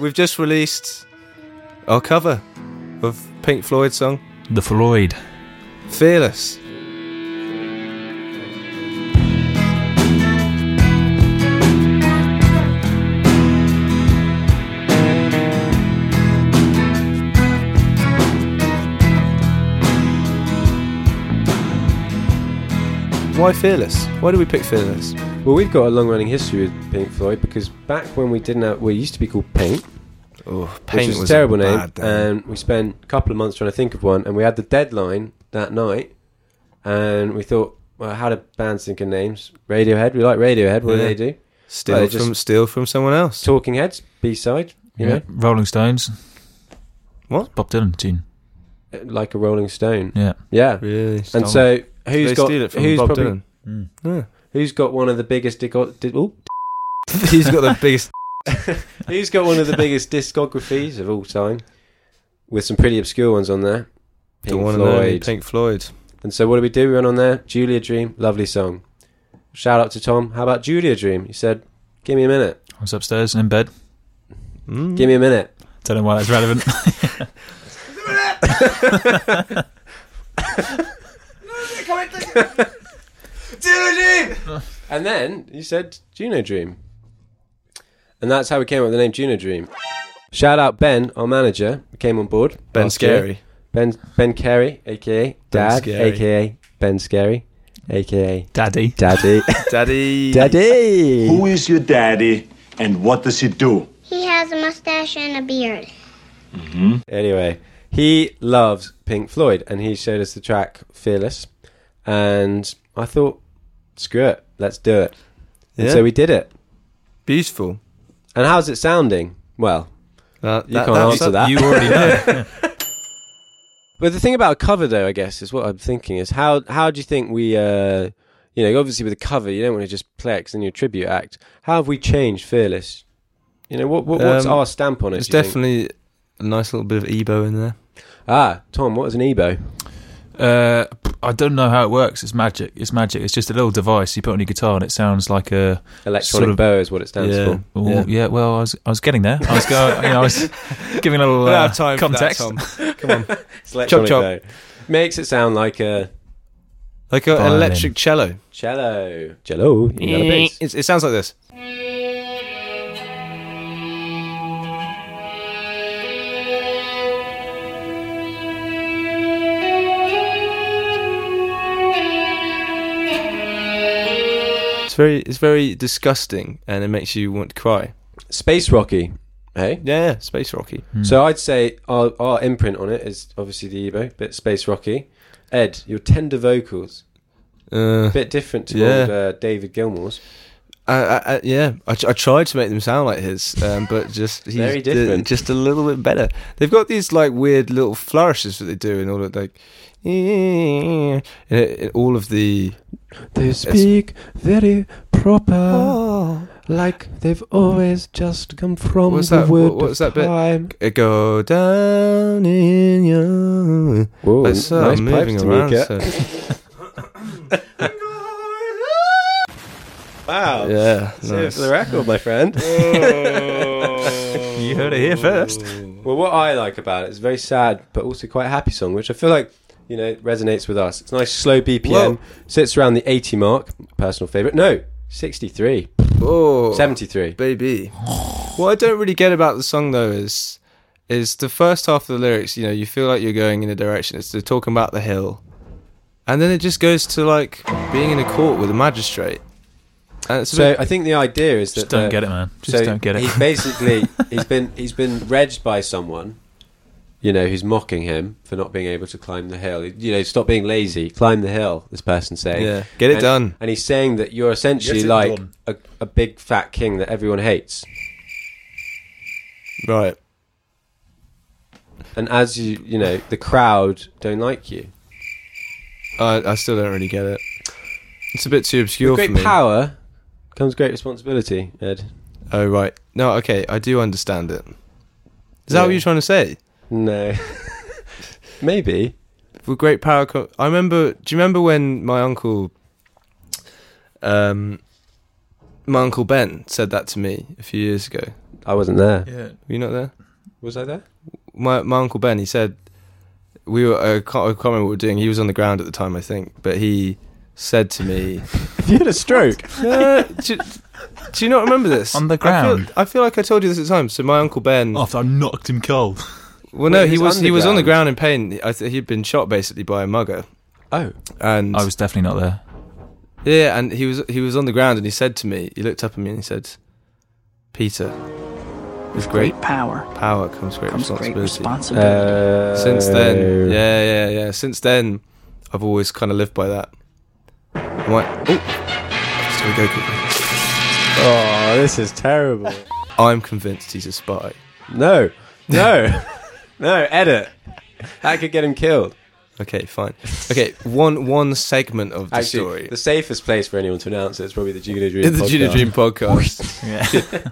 We've just released our cover of Pink Floyd's song The Floyd. Fearless. Why Fearless? Why do we pick Fearless? Well, we've got a long-running history with Pink Floyd because back when we didn't have, we used to be called Pink, Oh, which was a terrible name, and we spent a couple of months trying to think of one, and we had the deadline that night, and we thought, well, how do bands think of names? Radiohead, we like Radiohead. What do Yeah. they do? steal Well, they from just- steal from someone else. Talking Heads, B-side, you Yeah. Rolling Stones. What? Bob Dylan tune. know, like a Rolling Stone. Yeah. Yeah, Really? and so who's they got steal it from who's Bob probably Dylan. Mm. Yeah. who's got one of the biggest dico- di- ooh, He's got the biggest. Who's got one of the biggest discographies of all time? With some pretty obscure ones on there. the Pink one and only Floyd. Pink Floyd. And so what do we do? We went on there. Julia Dream, lovely song. Shout out to Tom. How about Julia Dream? He said, Give me a minute. I was upstairs and in bed. Mm. Give me a minute. Don't know why that's relevant. Julia Dream And then he said Juno Dream. And that's how we came up with the name Juno Dream. Shout out Ben, our manager, who came on board. Ben last year. Scary. Ben Ben Carey, aka Dad, Scary. aka Ben Scary, aka Daddy. Daddy. Daddy. Daddy. Who is your daddy and what does he do? He has a mustache and a beard. Anyway, he loves Pink Floyd and he showed us the track Fearless. And I thought, screw it, let's do it. And Yeah. so we did it. Beautiful. And how's it sounding? Well, That, You can't answer that. You already know. but the thing about a cover, though, I guess, is what I'm thinking is how how do you think we, uh, you know, obviously with a cover, you don't want to just play it 'cause then you're a tribute act. How have we changed Fearless? You know, what, what what's Um, our stamp on it? It's do you think? definitely a nice little bit of Ebo in there. Ah, Tom, what is an Ebo? Uh, I don't know how it works. It's magic. It's magic. It's just a little device you put on your guitar and it sounds like a. Electronic of- bow is what it stands Yeah. for. Oh, Yeah. yeah. well, I was, I was getting there. I was going, you know, I was giving a little uh, context. Come on. It's electronic chop. bow. Makes it sound like a Like a, an Violin. electric cello. cello. Cello. You Eh. got a bass. It's, it sounds like this. It's very, it's very disgusting, and it makes you want to cry. Space Rocky. Hey. Yeah, space rocky. So I'd say our, our imprint on it is obviously the Ebo, bit Space Rocky. Ed, your tender vocals, Uh, a bit different to Yeah. old, uh, David Gilmour's. I, I, I, yeah, I, tr- I tried to make them sound like his, um, but just he's Very d- different. just a little bit better. They've got these like weird little flourishes that they do in all of like, in, in all of the They speak very proper, oh, like they've always just come from What's the that- world what- what's of that bit? go down in your. Whoa, Like, so nice I'm pipes, Tamika. Wow. yeah, Save it nice. for the record, my friend. You heard it here first. Well, what I like about it is a very sad but also quite happy song, which I feel like you know resonates with us. It's a nice slow BPM, Well- sits around the 80 mark, personal favorite. No, 63, Oh, 73. baby. what I don't really get about the song though is is the first half of the lyrics. You know, you feel like you're going in a direction. It's they're talking about the hill, and then it just goes to like being in a court with a magistrate. And it's a So bit- I think the idea is Just that don't the- get it, man. Just so don't get it. He's basically he's been he's been regged by someone, you know, who's mocking him for not being able to climb the hill. You know, stop being lazy, climb the hill. This person's saying, yeah, get it and, done. And he's saying that you're essentially Get it like done. a, a big fat king that everyone hates. Right. and as you you know the crowd don't like you I I still don't really get it. It's a bit too obscure great for me. power comes great responsibility ed Oh right. No, okay. I do understand it. Is that what Yeah. you're trying to say? no maybe with great power co- I remember do you remember when my uncle um my uncle Ben said that to me a few years ago. I wasn't there. Yeah. Were you not there? Was I there? My my uncle Ben, he said we were. I can't, I can't remember what we were doing. He was on the ground at the time, I think. But he said to me, you had a stroke. uh, do, do you not remember this? On the I feel- I ground? Oh, feel, like I told you this at the time. So my uncle Ben. After I knocked him cold. well, no, wait, he he's was he was on the ground underground. in pain. I th- he'd been shot basically by a mugger, Oh, and I was definitely not there. Yeah, and he was he was on the ground, and he said to me, he looked up at me, and he said, "Peter, with great Great power power comes great comes great responsibility." responsibility. uh, Since then, yeah, yeah, yeah. Since then, I've always kind of lived by that. I'm like, oh, just gotta go quickly. Oh, this is terrible. I'm convinced he's a spy. No, no, no. Edit. That could get him killed. Okay, fine. Okay, one one segment of the Actually, story, the safest place for anyone to announce it is probably the Jigga Dream. in the Junior Dream podcast. Yeah.